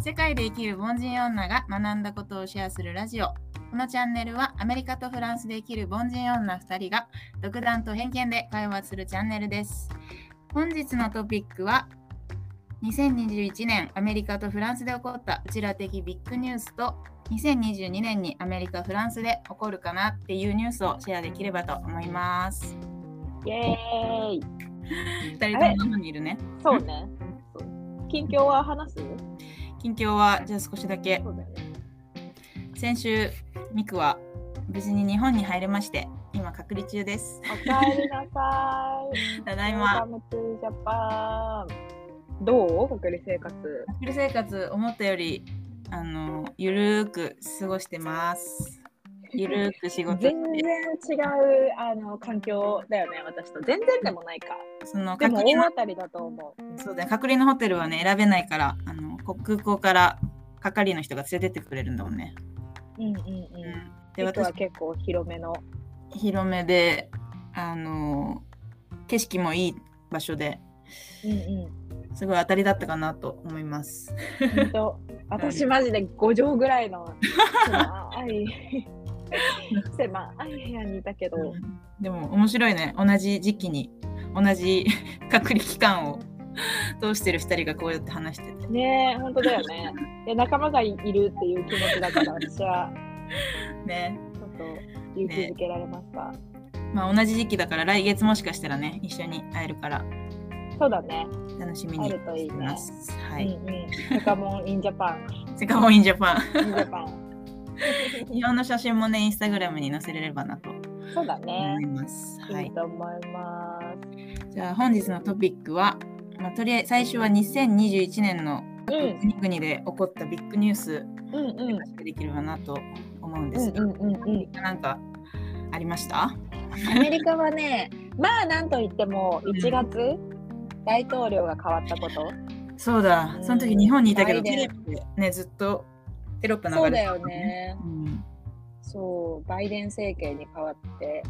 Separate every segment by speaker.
Speaker 1: 世界で生きる凡人女が学んだことをシェアするラジオこのチャンネルはアメリカとフランスで生きる凡人女2人が独断と偏見で会話するチャンネルです本日のトピックは2021年アメリカとフランスで起こったうちら的ビッグニュースと2022年にアメリカフランスで起こるかなっていうニュースをシェアできればと思います
Speaker 2: イエーイ
Speaker 1: 2人ともママにいるね
Speaker 2: そうね。近況は話す
Speaker 1: 近況はじゃあ少しだけ
Speaker 2: そうだよね。
Speaker 1: 先週ミクは無事に日本に入れまして今隔離中です
Speaker 2: おかえりなさい。
Speaker 1: ただいま
Speaker 2: ムツジャパン。どう隔離生活。
Speaker 1: 隔離生活思ったよりあのゆるーく過ごしてますゆるーく仕事
Speaker 2: 全
Speaker 1: して
Speaker 2: 然違うあの環境だよね、私と。全然でもないか。
Speaker 1: その
Speaker 2: で
Speaker 1: 隔離
Speaker 2: も大
Speaker 1: の
Speaker 2: 当たりだと思う。
Speaker 1: そうだよ隔離のホテルはね選べないからあのこ空港から係の人が連れてってくれるんだもんね、
Speaker 2: うんうん
Speaker 1: う
Speaker 2: うん。
Speaker 1: ん、で
Speaker 2: 今日
Speaker 1: 私
Speaker 2: は結構広めの。
Speaker 1: 広めであの景色もいい場所で
Speaker 2: うんうん。
Speaker 1: すごい当たりだったかなと思います
Speaker 2: 本当。私マジで5畳ぐらいの狭い 狭い部屋にいたけど。
Speaker 1: でも面白いね同じ時期に同じ 隔離期間を 通してる2人がこうやって話してて
Speaker 2: ねえ、本当だよね。で仲間がいるっていう気持ちだから、私は
Speaker 1: ね
Speaker 2: ちょっと勇気づけられました。
Speaker 1: まあ同じ時期だから来月もしかしたらね一緒に会えるから
Speaker 2: そうだね。
Speaker 1: 楽しみに
Speaker 2: 会えるといいね
Speaker 1: してますは
Speaker 2: うん
Speaker 1: い、
Speaker 2: うん。カモンインジャパン。
Speaker 1: セカモインジ ャパ
Speaker 2: インジャパン。
Speaker 1: ン日本の写真もねインスタグラムに載せれればなと
Speaker 2: そうだね
Speaker 1: 思。います、はいい
Speaker 2: いと思います。
Speaker 1: じゃあ本日のトピックは、まあ、とりあえず最初は2021年の
Speaker 2: うん
Speaker 1: 国々で起こったビッグニュース
Speaker 2: うん
Speaker 1: お
Speaker 2: うん。
Speaker 1: 話ができればなと思うんで
Speaker 2: うん
Speaker 1: すが、
Speaker 2: うんうんうん。
Speaker 1: なんかありました
Speaker 2: アメリカはね、まあなんといっても1月大統領が変わったこと。
Speaker 1: そうだ
Speaker 2: う、ん
Speaker 1: その時日本にいたけど、
Speaker 2: バイ
Speaker 1: テ
Speaker 2: デ
Speaker 1: レ
Speaker 2: ン
Speaker 1: ビでね、ずっとテロップ流れ
Speaker 2: そ
Speaker 1: て
Speaker 2: うだ
Speaker 1: た
Speaker 2: よ。ね。
Speaker 1: うん、
Speaker 2: そう、バイデン政権に変わって。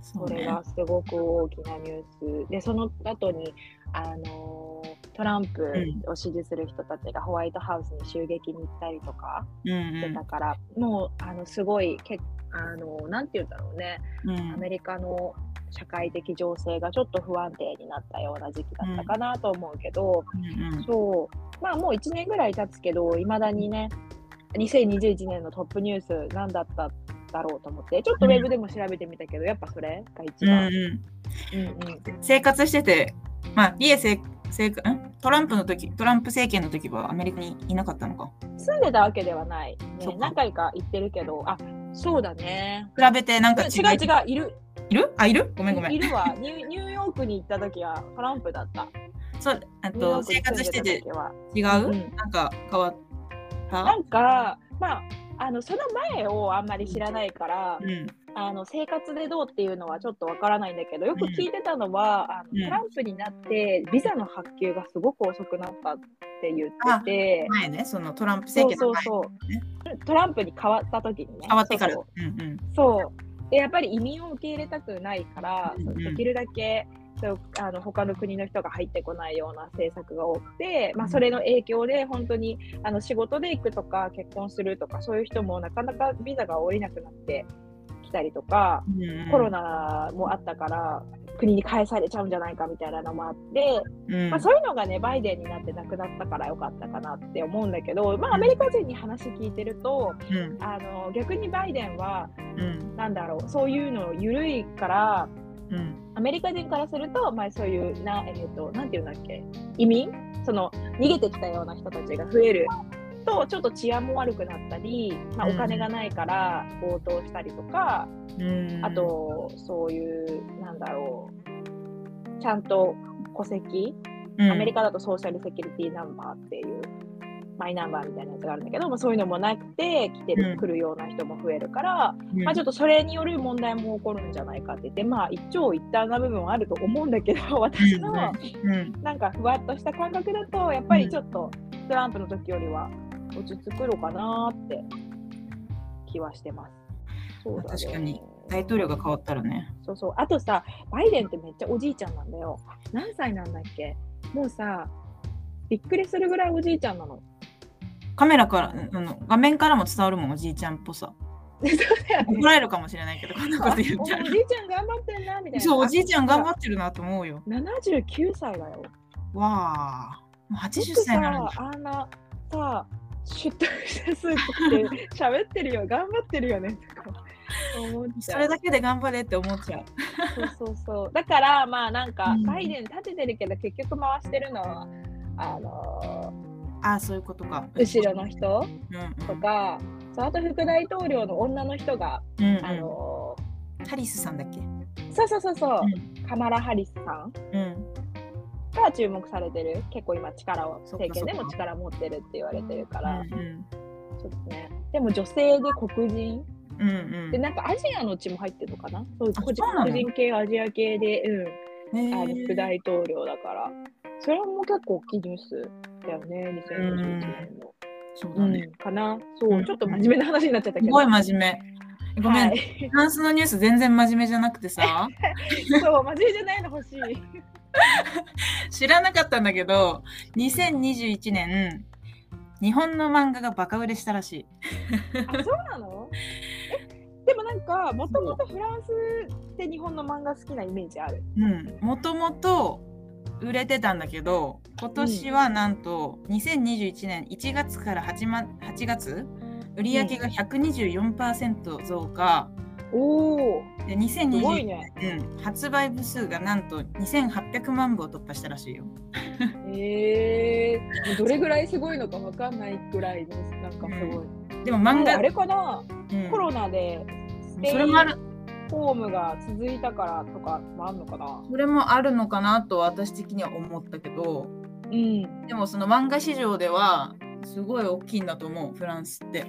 Speaker 1: そ
Speaker 2: そうれ
Speaker 1: ね
Speaker 2: が。すごく大きなニュースでその後にあのートランプを支持する人たちがホワイトハウスに襲撃に行ったりとか
Speaker 1: うん
Speaker 2: してたから、もうあのすごいけあのーなんて言うんだろうね
Speaker 1: うんう
Speaker 2: ア
Speaker 1: ん
Speaker 2: メリカの社会的情勢がちょっと不安定になったような時期だったかなと思うけど、
Speaker 1: うん
Speaker 2: そうまあもう1年ぐらい経つけどいまだにね2021年のトップニュース何だっただろうと思ってちょっとウェブでも調べてみたけど、やっぱそれが一
Speaker 1: うん
Speaker 2: 番。
Speaker 1: うん
Speaker 2: うんうん、
Speaker 1: 生活してて、まあ、リエせせんトランプの時トランプ政権の時はアメリカにいなかったのか。
Speaker 2: 住んでたわけではない、
Speaker 1: そっか
Speaker 2: ね、何回か行ってるけどあそうだね
Speaker 1: 比べてなんか
Speaker 2: 違う
Speaker 1: 違
Speaker 2: 違
Speaker 1: う
Speaker 2: ういる
Speaker 1: いるあ、いるごめんごめ
Speaker 2: い
Speaker 1: ん。
Speaker 2: るわニューニューヨークに行った時はトランプだった
Speaker 1: そう、あ
Speaker 2: ニューヨ
Speaker 1: と
Speaker 2: ーク
Speaker 1: 生
Speaker 2: に
Speaker 1: 活
Speaker 2: 住ん
Speaker 1: して
Speaker 2: で
Speaker 1: て
Speaker 2: た時は
Speaker 1: 違う
Speaker 2: うん
Speaker 1: なんか変わった
Speaker 2: なんかまああのその前をあんまり知らないから
Speaker 1: うん。
Speaker 2: あの生活でどうっていうのはちょっとわからないんだけどよく聞いてたのは、
Speaker 1: うん
Speaker 2: あのトランプになってビザの発給がすごく遅くなったって言ってて
Speaker 1: 前ね、そのトランプ
Speaker 2: そ
Speaker 1: 政
Speaker 2: う
Speaker 1: 権
Speaker 2: そ
Speaker 1: の
Speaker 2: う
Speaker 1: 前
Speaker 2: そうトランプに変わった時にね
Speaker 1: 変わってから。
Speaker 2: そううん
Speaker 1: うん。
Speaker 2: そうでやっぱり移民を受け入れたくないから、そう
Speaker 1: うんうん
Speaker 2: できるだけそうあの他の国の人が入ってこないような政策が多くて、まあ、それの影響で本当にあの仕事で行くとか結婚するとかそういう人もなかなかビザが下りなくなってきたりとか、
Speaker 1: うんうん
Speaker 2: コロナもあったから国に返されちゃうんじゃないかみたいなのもあって、
Speaker 1: うん
Speaker 2: まあ、そういうのがねバイデンになってなくなったからよかったかなって思うんだけど、まあ、アメリカ人に話聞いてると
Speaker 1: うん
Speaker 2: あの逆にバイデンは
Speaker 1: うん
Speaker 2: なんだろうそういうの緩いから
Speaker 1: うん
Speaker 2: アメリカ人からすると、まあ、そういうな,、えー、となんていうんだっけ移民その逃げてきたような人たちが増えるとちょっと治安も悪くなったり、まあ、
Speaker 1: う
Speaker 2: お
Speaker 1: ん
Speaker 2: 金がないから強盗したりとか、
Speaker 1: うん
Speaker 2: あとそういうなんだろうちゃんと戸籍アメリカだとソーシャルセキュリティナンバーっていうマイナンバーみたいなやつがあるんだけど、まあ、そういうのもなくて来てる、
Speaker 1: うん
Speaker 2: 来るような人も増えるから、
Speaker 1: うん
Speaker 2: まあ、ちょっとそれによる問題も起こるんじゃないかって言って、まあ、一長一短な部分はあると思うんだけど 私の
Speaker 1: うん
Speaker 2: なんかふわっとした感覚だとやっぱりちょっとトランプの時よりは落ち着くのかなって気はしてます。そうだね
Speaker 1: 確かに大統領が変わったらね。
Speaker 2: そうそうあとさバイデンってめっちゃおじいちゃんなんだよ 何歳なんだっけもうさびっくりするぐらいおじいちゃんなの
Speaker 1: カメラから、あの画面からも伝わるもん、おじいちゃんっぽさ。
Speaker 2: そうだよね
Speaker 1: 怒られるかもしれないけど、こんなこと言っちゃ
Speaker 2: あおおじいちゃん頑張ってんなみたいな。
Speaker 1: う。そう、おじいちゃん頑張ってるなと思うよ。
Speaker 2: 79歳だよ。
Speaker 1: わあ、もう80
Speaker 2: よく
Speaker 1: 歳になるんだ。
Speaker 2: さ、あんなさ、出頭したスーツ着て喋ってるよ、頑張ってるよねとか思っち
Speaker 1: そ
Speaker 2: ゃ
Speaker 1: れ
Speaker 2: う。
Speaker 1: だけで頑張れって思っちゃう。
Speaker 2: そうそうそう。だからまあなんか、
Speaker 1: うん
Speaker 2: バイデン立ててるけど結局回してるのはあの
Speaker 1: ああ、そういうことか。
Speaker 2: ー後ろの人
Speaker 1: うんうん
Speaker 2: とか、そうあと副大統領の女の人が、
Speaker 1: うんうん
Speaker 2: あの
Speaker 1: ハリスさんだっけ
Speaker 2: ーそうそうそうそう、
Speaker 1: う
Speaker 2: カマラ・ハリスさん
Speaker 1: うん。
Speaker 2: が注目されてる。結構今力を
Speaker 1: そっかそっか
Speaker 2: 政権でも力持ってるって言われてるか
Speaker 1: う
Speaker 2: ら、
Speaker 1: んうん。
Speaker 2: ちょっとね。でも女性で黒人
Speaker 1: うん
Speaker 2: でなんかアジアの血も入ってるのかなそう
Speaker 1: あ
Speaker 2: 個人
Speaker 1: そうなの
Speaker 2: 個人系アジア系で、う
Speaker 1: うん。
Speaker 2: ん、あの
Speaker 1: へえ
Speaker 2: 副大統領だからそれも結構大きいニュースだよね2021年の、
Speaker 1: そう
Speaker 2: う
Speaker 1: だ
Speaker 2: ん
Speaker 1: ね。
Speaker 2: かなそう、
Speaker 1: うん
Speaker 2: ちょっと真面目な話になっちゃったけ
Speaker 1: す
Speaker 2: ど
Speaker 1: ごい真面目。ごめん、
Speaker 2: はい
Speaker 1: フランスのニュース全然真面目じゃなくてさ、
Speaker 2: そう真面目じゃないの欲しい
Speaker 1: 知らなかったんだけど、2021年、日本の漫画がバカ売れしたらしい。
Speaker 2: あそうなのえでもなんかもともとフランスって日本の漫画好きなイメージある
Speaker 1: うん、もともと売れてたんだけど今年はなんと2021年1月から 8, ま8月売り上げが124%増加、
Speaker 2: おお
Speaker 1: です
Speaker 2: ごい
Speaker 1: 2020
Speaker 2: ね
Speaker 1: 年、発売部数がなんと2800万部を突破したらしいよ
Speaker 2: えー、どれぐらいすごいのかわかんないぐらいのなんかすごい、
Speaker 1: でも漫
Speaker 2: もう
Speaker 1: 画
Speaker 2: あれかな
Speaker 1: うん
Speaker 2: コロナでステイ
Speaker 1: それもある
Speaker 2: ホームが続いたからとかもあんのかな。
Speaker 1: それもあるのかなと私的には思ったけど
Speaker 2: うん。
Speaker 1: でもその漫画市場ではすごい大きいんだと思うフランスって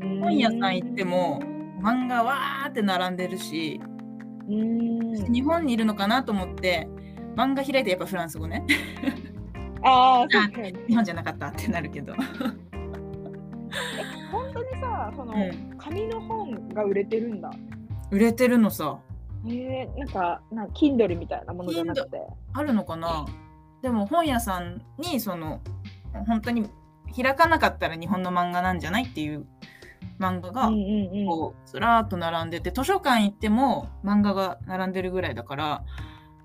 Speaker 2: 本
Speaker 1: 本屋さん行っても漫画わーって並んでるし
Speaker 2: うん。
Speaker 1: 日本にいるのかなと思って漫画開いてやっぱフランス語ね
Speaker 2: ああ、そうか。
Speaker 1: 日本じゃなかったってなるけど、
Speaker 2: 本当にさ、その、
Speaker 1: うん
Speaker 2: 紙の本が売れてるんだ。
Speaker 1: 売れてるのさ
Speaker 2: ええなんか、なんか Kindle みたいなものじゃなくて。
Speaker 1: あるのかなでも本屋さんにその本当に開かなかったら日本の漫画なんじゃないっていう漫画
Speaker 2: う
Speaker 1: が、
Speaker 2: んうんうん。
Speaker 1: こうずらーっと並んでて図書館行っても漫画が並んでるぐらいだから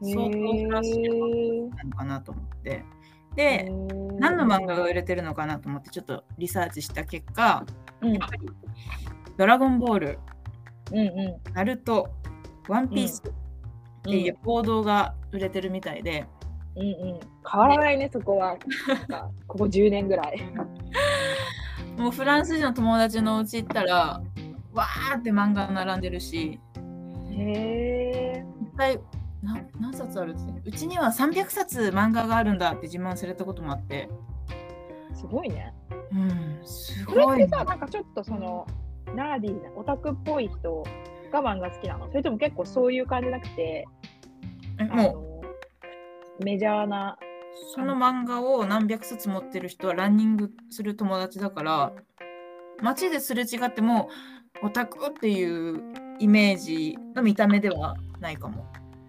Speaker 1: 相当フランスで買ったのかなと思ってで何の漫画が売
Speaker 2: れ
Speaker 1: れてるのかなと思ってちょっとリサーチした結果
Speaker 2: うん
Speaker 1: やっぱり「ドラゴンボール」
Speaker 2: うんう
Speaker 1: 「ナルト」「ワンピース」って
Speaker 2: ん。
Speaker 1: いう報道が売れてるみたいで、
Speaker 2: うんうん、変わらないね、そこ は。なんかここ10年ぐらい。
Speaker 1: もうフランス人の友達のお家行ったらわーって漫画並んでるし
Speaker 2: へえ。
Speaker 1: 一体な何冊あるってうちには300冊漫画があるんだって自慢されたこともあって
Speaker 2: すごいね。
Speaker 1: うんす
Speaker 2: それ
Speaker 1: ご
Speaker 2: っ
Speaker 1: い
Speaker 2: て
Speaker 1: な
Speaker 2: さなんかちょっとそのナーディーなオタクっぽい人が漫画好きなのそれとも結構そういう感じなくて
Speaker 1: え
Speaker 2: あ
Speaker 1: もう
Speaker 2: のメジャーな
Speaker 1: その漫画を何百冊持ってる人はランニングする友達だから街ですれ違ってもオタクっていうイメージの見た目ではないかも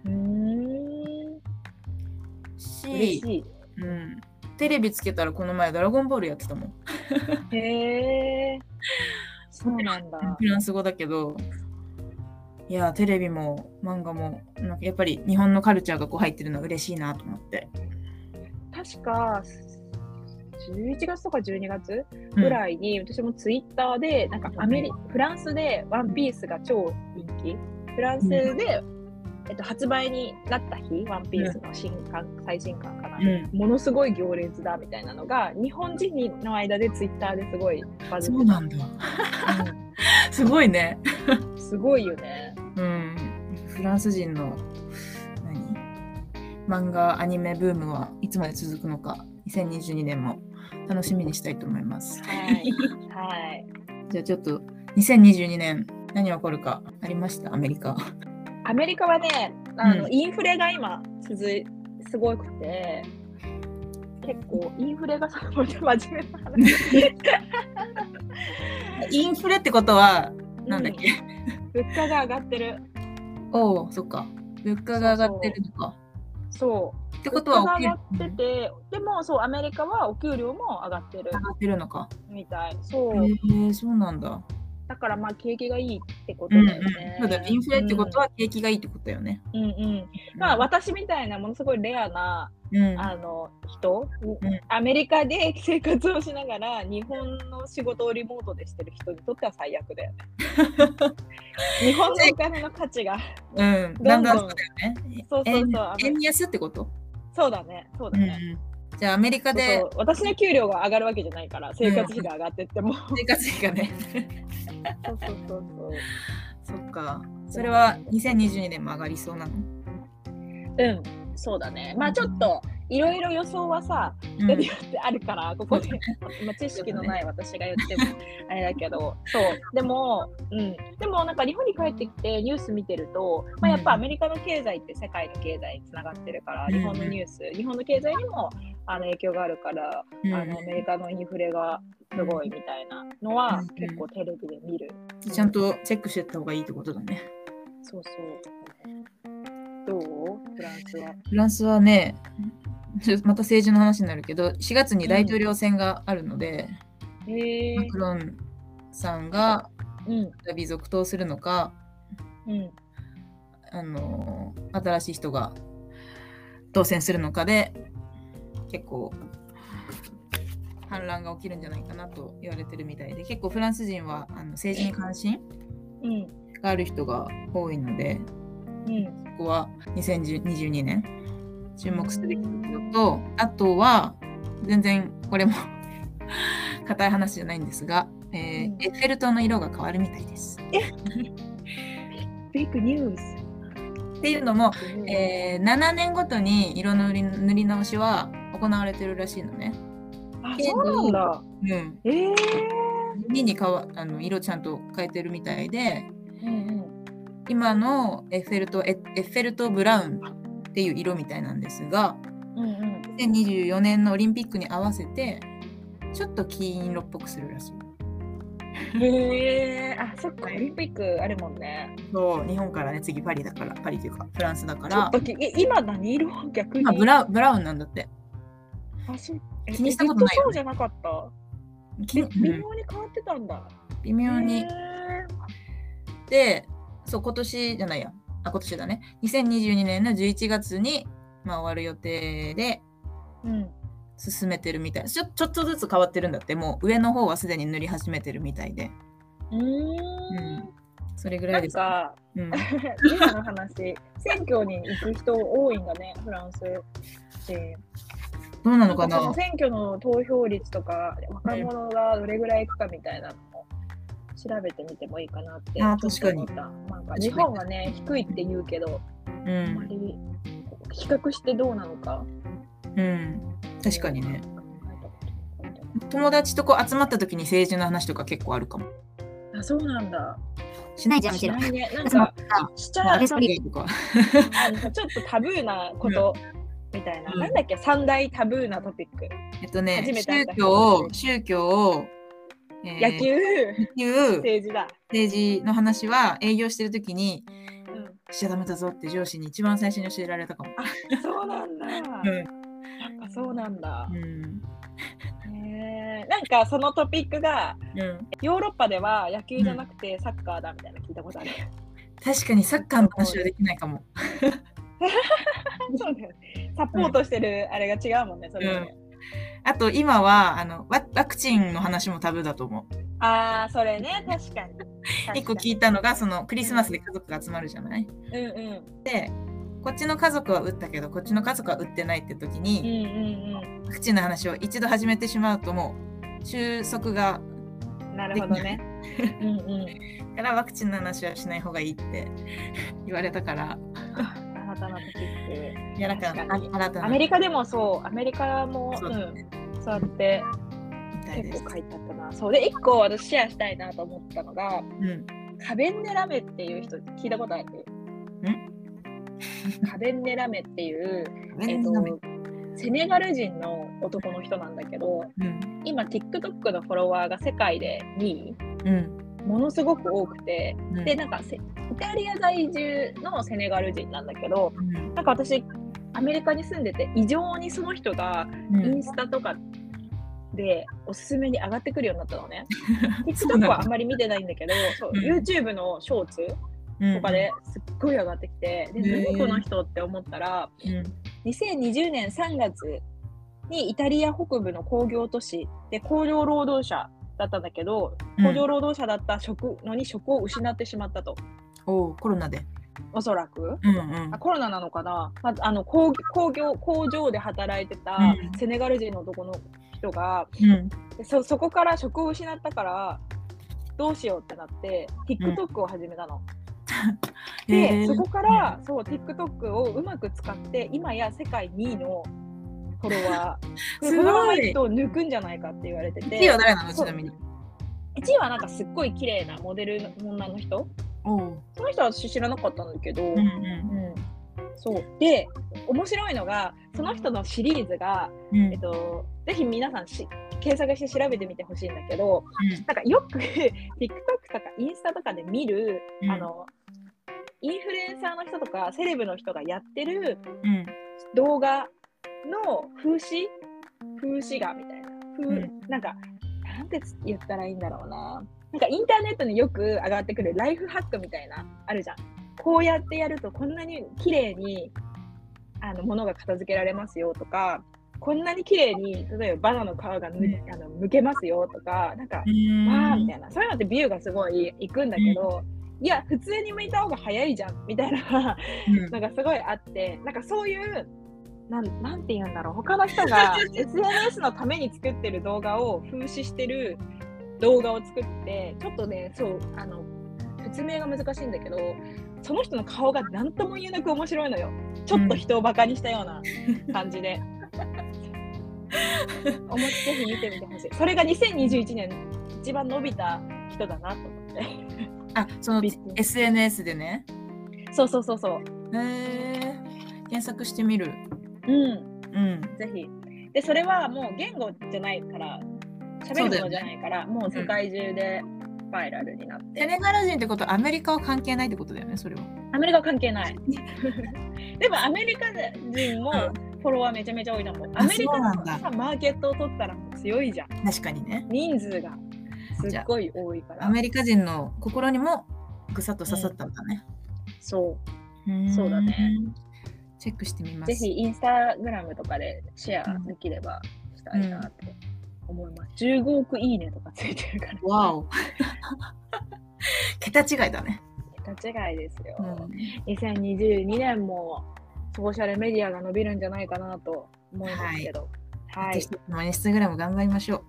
Speaker 2: うーん
Speaker 1: し
Speaker 2: 嬉し
Speaker 1: うん、テレビつけたらこの前「ドラゴンボール」やってたもん
Speaker 2: いへえそうなんだ
Speaker 1: フランス語だけどいやテレビも漫画もなんかやっぱり日本のカルチャーがこう入ってるのは嬉しいなと思って、
Speaker 2: 確か11月とか12月
Speaker 1: うん
Speaker 2: ぐらいに、私もツイッターでなんかアメリフランスで「ワンピースが超人気フランスで、えっと、発売になった日「ワンピースの新刊、最新刊かな、
Speaker 1: うん
Speaker 2: ものすごい行列だみたいなのが日本人の間でツイッターですごいバズ
Speaker 1: そ
Speaker 2: っ
Speaker 1: う
Speaker 2: てた
Speaker 1: なんだ すごいね、
Speaker 2: うんすごいよね
Speaker 1: うん、フランス人の何漫画アニメブームはいつまで続くのか2022年も楽しみにしたいと思います
Speaker 2: はい、はい、
Speaker 1: じゃあちょっと2022年何起こるかありましたアメリカ
Speaker 2: アメリカはねあの、
Speaker 1: うん
Speaker 2: インフレが今続いすごくて結構インフレが真面目な話
Speaker 1: インフレってことはなんだっけ、
Speaker 2: うん物価が上がってる
Speaker 1: おおそっか物価が上がってるのか
Speaker 2: そう。
Speaker 1: ってことはお給
Speaker 2: 物
Speaker 1: 料
Speaker 2: 価が上がってて、でもそう、アメリカはお給料も上がってる
Speaker 1: 上がってるのか。
Speaker 2: みたい。そ
Speaker 1: へ
Speaker 2: う。
Speaker 1: えそうなんだ。
Speaker 2: だからまあ景気がいいってこと
Speaker 1: うんうん
Speaker 2: だよね。
Speaker 1: そうだよね。インフレってことは景気がいいってことだよね。
Speaker 2: うんうん。まあ私みたいなものすごいレアな
Speaker 1: うん、
Speaker 2: あの人、
Speaker 1: ん
Speaker 2: アメリカで生活をしながら日本の仕事をリモートでしてる人にとっては最悪だよね。 日本のお金の価値が
Speaker 1: うん、だんだんそうだよね。
Speaker 2: そうそうそうあの
Speaker 1: 円安ってこと、
Speaker 2: そうだねそう
Speaker 1: う
Speaker 2: だ
Speaker 1: んう
Speaker 2: ね。
Speaker 1: ん、じゃあアメリカで
Speaker 2: そうそう私の給料が上がるわけじゃないから生活費が上がってってもそう
Speaker 1: 生活費がね。
Speaker 2: そうそうそう
Speaker 1: そっか。それは2022年も上がりそうなの。
Speaker 2: うんそうだねまあちょっといろいろ予想はさ
Speaker 1: うん
Speaker 2: やるよってあるから、ここで、 まあ知識のない私が言って もあれだけど、そう、でも、うん、でもなんか日本に帰ってきてニュース見てると、まあ、やっぱアメリカの経済って世界の経済につながってるから、
Speaker 1: うん
Speaker 2: 日本のニュース、日本の経済にもあの影響があるから、
Speaker 1: うん
Speaker 2: あのアメリカのインフレがすごいみたいなのは
Speaker 1: うん
Speaker 2: 結構テレビで見る。
Speaker 1: ちゃんとチェックしてった方がいいってことだね。
Speaker 2: そうそう。どうフランスは。
Speaker 1: フランスはね、ちょっとまた政治の話になるけど、4月に大統領選があるので、
Speaker 2: へえ
Speaker 1: マクロンさんが
Speaker 2: うん、
Speaker 1: 再び続投するのか、
Speaker 2: うん。
Speaker 1: あの新しい人が当選するのかで結構反乱が起きるんじゃないかなと言われてるみたいで結構フランス人はあの政治に関心
Speaker 2: うん、
Speaker 1: がある人が多いので
Speaker 2: うん、
Speaker 1: ここは2022年注目すべきこととあとは全然これも 硬い話じゃないんですが、えー
Speaker 2: うん
Speaker 1: エッフェル塔の色が変わるみたいです。
Speaker 2: フェイクニュース。
Speaker 1: っていうのもえー7年ごとに色の塗り塗り直しは行われてるらしいのね。
Speaker 2: あ、そうなんだ。
Speaker 1: うん、
Speaker 2: ええ
Speaker 1: 2にかわあの色ちゃんと変えてるみたいで
Speaker 2: うん
Speaker 1: 今のエッフェルトエエッフェルトブラウンっていう色みたいなんですが
Speaker 2: うんうんうん
Speaker 1: 2024年のオリンピックに合わせてちょっと金色っぽくするらしい。
Speaker 2: へえ、あ、そっか、オリンピックあるもんね。
Speaker 1: そう日本からね次パリだからパリというかフランスだか
Speaker 2: ちょっ
Speaker 1: ら
Speaker 2: とき、え今何色逆に。
Speaker 1: 今ブラウブラウンなんだって。
Speaker 2: あ、そう。え
Speaker 1: 気にしたことない
Speaker 2: えずっ
Speaker 1: よ
Speaker 2: そうじゃなかった。
Speaker 1: き
Speaker 2: え
Speaker 1: うん
Speaker 2: 微妙に変わってたんだ。
Speaker 1: 微妙に
Speaker 2: へえ
Speaker 1: でそう今年じゃないやあ今年だね2022年の11月に、まあ、終わる予定で
Speaker 2: うん。
Speaker 1: 進めてるみたいちょちょっとずつ変わってるんだってもう上の方はすでに塗り始めてるみたいで、
Speaker 2: う
Speaker 1: う
Speaker 2: ーん
Speaker 1: ん、それぐら
Speaker 2: ないん
Speaker 1: です
Speaker 2: か、
Speaker 1: うん、
Speaker 2: 今の話、選挙に行く人多いんだね、フランス人。
Speaker 1: どうなのか
Speaker 2: そ
Speaker 1: な
Speaker 2: の選挙の投票率とか、若者がどれぐらい行くかみたいなのを調べてみてもいいかなって。
Speaker 1: あ確かに
Speaker 2: ちょっと思った。なんか日本はね、低いって言うけど、
Speaker 1: う
Speaker 2: あま
Speaker 1: ん、
Speaker 2: り比較してどうなのか。
Speaker 1: うん、確かにね友達とこう集まった時に政治の話とか結構あるかも
Speaker 2: あ、そうなんだ。
Speaker 1: しないじゃんう
Speaker 2: し
Speaker 1: ちら
Speaker 2: ないね。なん
Speaker 1: 集まっ
Speaker 2: か、しちゃ
Speaker 1: 安
Speaker 2: なん
Speaker 1: 倍総
Speaker 2: か
Speaker 1: 理とか
Speaker 2: ちょっとタブーなことみたいな。
Speaker 1: うん
Speaker 2: なんだっけ、三大タブーなトピック。
Speaker 1: えっとね
Speaker 2: 初めて会
Speaker 1: 宗
Speaker 2: った人
Speaker 1: 教宗教、えー
Speaker 2: 野球、
Speaker 1: 野球
Speaker 2: 政治だ。
Speaker 1: 政治の話は営業してる時に
Speaker 2: うん
Speaker 1: しちゃダメだぞって上司に一番最初に教えられたかも。
Speaker 2: そうなんだ。
Speaker 1: うん
Speaker 2: あそうなんだ。
Speaker 1: うん。
Speaker 2: へえなんかそのトピックが
Speaker 1: うん、
Speaker 2: ヨーロッパでは野球じゃなくてサッカーだみたいな聞いたことある。
Speaker 1: 確かにサッカーの話はできないかも。
Speaker 2: そうだよねサポートしてるあれが違うもんね、それぞれ。
Speaker 1: あと今はあのワワクチンの話もタブーだと思う。
Speaker 2: ああ、それね、確かに。確かに
Speaker 1: 一個聞いたのがそのクリスマスで家族が集まるじゃない
Speaker 2: うんうん。
Speaker 1: こっちの家族は打ったけどこっちの家族は打ってないって時
Speaker 2: うん
Speaker 1: に、
Speaker 2: うん
Speaker 1: ワクチンの話を一度始めてしまうともう収束が
Speaker 2: うん。なるほ どね。うんうん。
Speaker 1: だからワクチンの話はしない方がいいって 言われたから
Speaker 2: 新たなトピッ
Speaker 1: いやなんか
Speaker 2: 確
Speaker 1: あ
Speaker 2: かに
Speaker 1: 新たな
Speaker 2: ク。アメリカでもそう、アメリカも、
Speaker 1: そううだね
Speaker 2: ん、そうやって
Speaker 1: みたいで
Speaker 2: 結
Speaker 1: す。
Speaker 2: 構書いてあったな。そうで、一個私シェアしたいなと思ったのが、
Speaker 1: うん、
Speaker 2: カベンネラメっていう人聞いたことあるカベンネラメっていう、えっと
Speaker 1: ダメ、
Speaker 2: セネガル人の男の人なんだけど、
Speaker 1: うん
Speaker 2: 今 TikTok のフォロワーが世界で2位
Speaker 1: うん
Speaker 2: ものすごく多くて
Speaker 1: うん
Speaker 2: でなんかせイタリア在住のセネガル人なんだけど
Speaker 1: うん
Speaker 2: なんか私アメリカに住んでて異常にその人が
Speaker 1: う
Speaker 2: イン
Speaker 1: ん
Speaker 2: スタとかでおすすめに上がってくるようになったの ね
Speaker 1: そうな
Speaker 2: TikTok
Speaker 1: んだ
Speaker 2: はあんまり見てないんだけどそう、
Speaker 1: うん
Speaker 2: YouTube のショーツとかですっごい上がってきて、で
Speaker 1: へー
Speaker 2: 何この人って思ったら
Speaker 1: うんうん
Speaker 2: 2020年3月にイタリア北部の工業都市で工業労働者だったんだけど工業労働者だった職のに職を失ってしまったと
Speaker 1: おうコロナで。
Speaker 2: おそらく。
Speaker 1: うんうん
Speaker 2: あコロナなのかな、まあ、あの工工業工場で働いてた
Speaker 1: うん
Speaker 2: セネガル人の男の人が、
Speaker 1: うん
Speaker 2: でそそこから職を失ったからどうしようってなって TikTok を始めたの。
Speaker 1: へ
Speaker 2: で
Speaker 1: ー
Speaker 2: そこからそう TikTok をうまく使って今や世界2位のフォロワ ー
Speaker 1: すごい
Speaker 2: フォロワーの人を抜くんじゃないかって言われてて
Speaker 1: いいよ誰なのち
Speaker 2: そう
Speaker 1: なみに。
Speaker 2: 1位はなんかすっごい綺麗なモデルの女の人
Speaker 1: おう
Speaker 2: その人は私知らなかったんだけど。
Speaker 1: うんうん
Speaker 2: そうで面白いのがその人のシリーズが、
Speaker 1: うんうん
Speaker 2: えっと、ぜひ皆さんし検索して調べてみてほしいんだけどなんかよく TikTok とかインスタとかで見る、
Speaker 1: うん
Speaker 2: あのインフルエンサーの人とかセレブの人がやってる
Speaker 1: うん
Speaker 2: 動画の風刺風刺画みたいな風、
Speaker 1: うん
Speaker 2: なんかなんて言ったらいいんだろうななんかインターネットによく上がってくるライフハックみたいなあるじゃんこうやってやるとこんなに綺麗にあの物が片付けられますよとかこんなに綺麗に例えばバナナの皮がむ、あのむけますよとかなんか
Speaker 1: うーん
Speaker 2: わーみたいなそういうのってビューがすごいいくんだけど、いや普通に向いた方が早いじゃんみたいな
Speaker 1: うん
Speaker 2: なんかすごいあって、なんかそういう、なんなんて言うんだろう、他の人が SNS のために作ってる動画を風刺してる動画を作って、ちょっとね、そう、あの、説明が難しいんだけど、その人の顔が何とも言えなく面白いのよ。ちょっと人をバカにしたような感じで。思いぜひ見てみてほしい。それが2021年一番伸びた人だなと思って。
Speaker 1: あその
Speaker 2: びっくり
Speaker 1: SNS でね。
Speaker 2: そうそうそうそう。
Speaker 1: へえ検索してみる。
Speaker 2: うん。
Speaker 1: うん
Speaker 2: ぜひ。で、それはもう言語じゃないから、喋るものじゃないから、もう世界中でバイラルになっ
Speaker 1: セ
Speaker 2: て。
Speaker 1: ネガル人ってことはアメリカは関係ないってことだよねそれは。
Speaker 2: アメリカは関係 ない。でもアメリカ人もフォロワーめちゃめちゃ多いと思う。
Speaker 1: あ
Speaker 2: アメリカ
Speaker 1: そう
Speaker 2: の
Speaker 1: なん
Speaker 2: さマーケットを取ったらもう強いじゃん。
Speaker 1: 確かにね。
Speaker 2: 人数がす
Speaker 1: じゃ
Speaker 2: っ
Speaker 1: あ
Speaker 2: ごい多いから
Speaker 1: ア。メリカ人の心にもぐさっと刺さったんだね。
Speaker 2: そ
Speaker 1: ーん
Speaker 2: そうだね。
Speaker 1: チェックしてみ
Speaker 2: う。
Speaker 1: ます。
Speaker 2: ぜひインスタグラムとかでシェアできればしたいなって思います。15億いいねとかついてるから。
Speaker 1: わお。桁違いだね。
Speaker 2: 桁違いですよ。
Speaker 1: うん
Speaker 2: 2022年もソーシャルメディアが伸びるんじゃないかなと思いますけど、はい、
Speaker 1: 私たちもインスタグラム頑張りましょ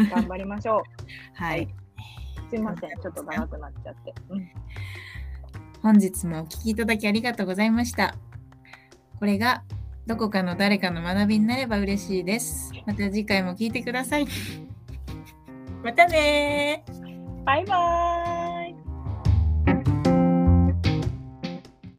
Speaker 1: う。
Speaker 2: 頑張りましょ
Speaker 1: はい。
Speaker 2: はいう。すいません、ちょっと長くなっちゃって。うん
Speaker 1: 本日もお聞きいただきありがとうございました。これがどこかの誰かの学びになれば嬉しいです。また 次回も聞いてください。またねー。
Speaker 2: バイバーイ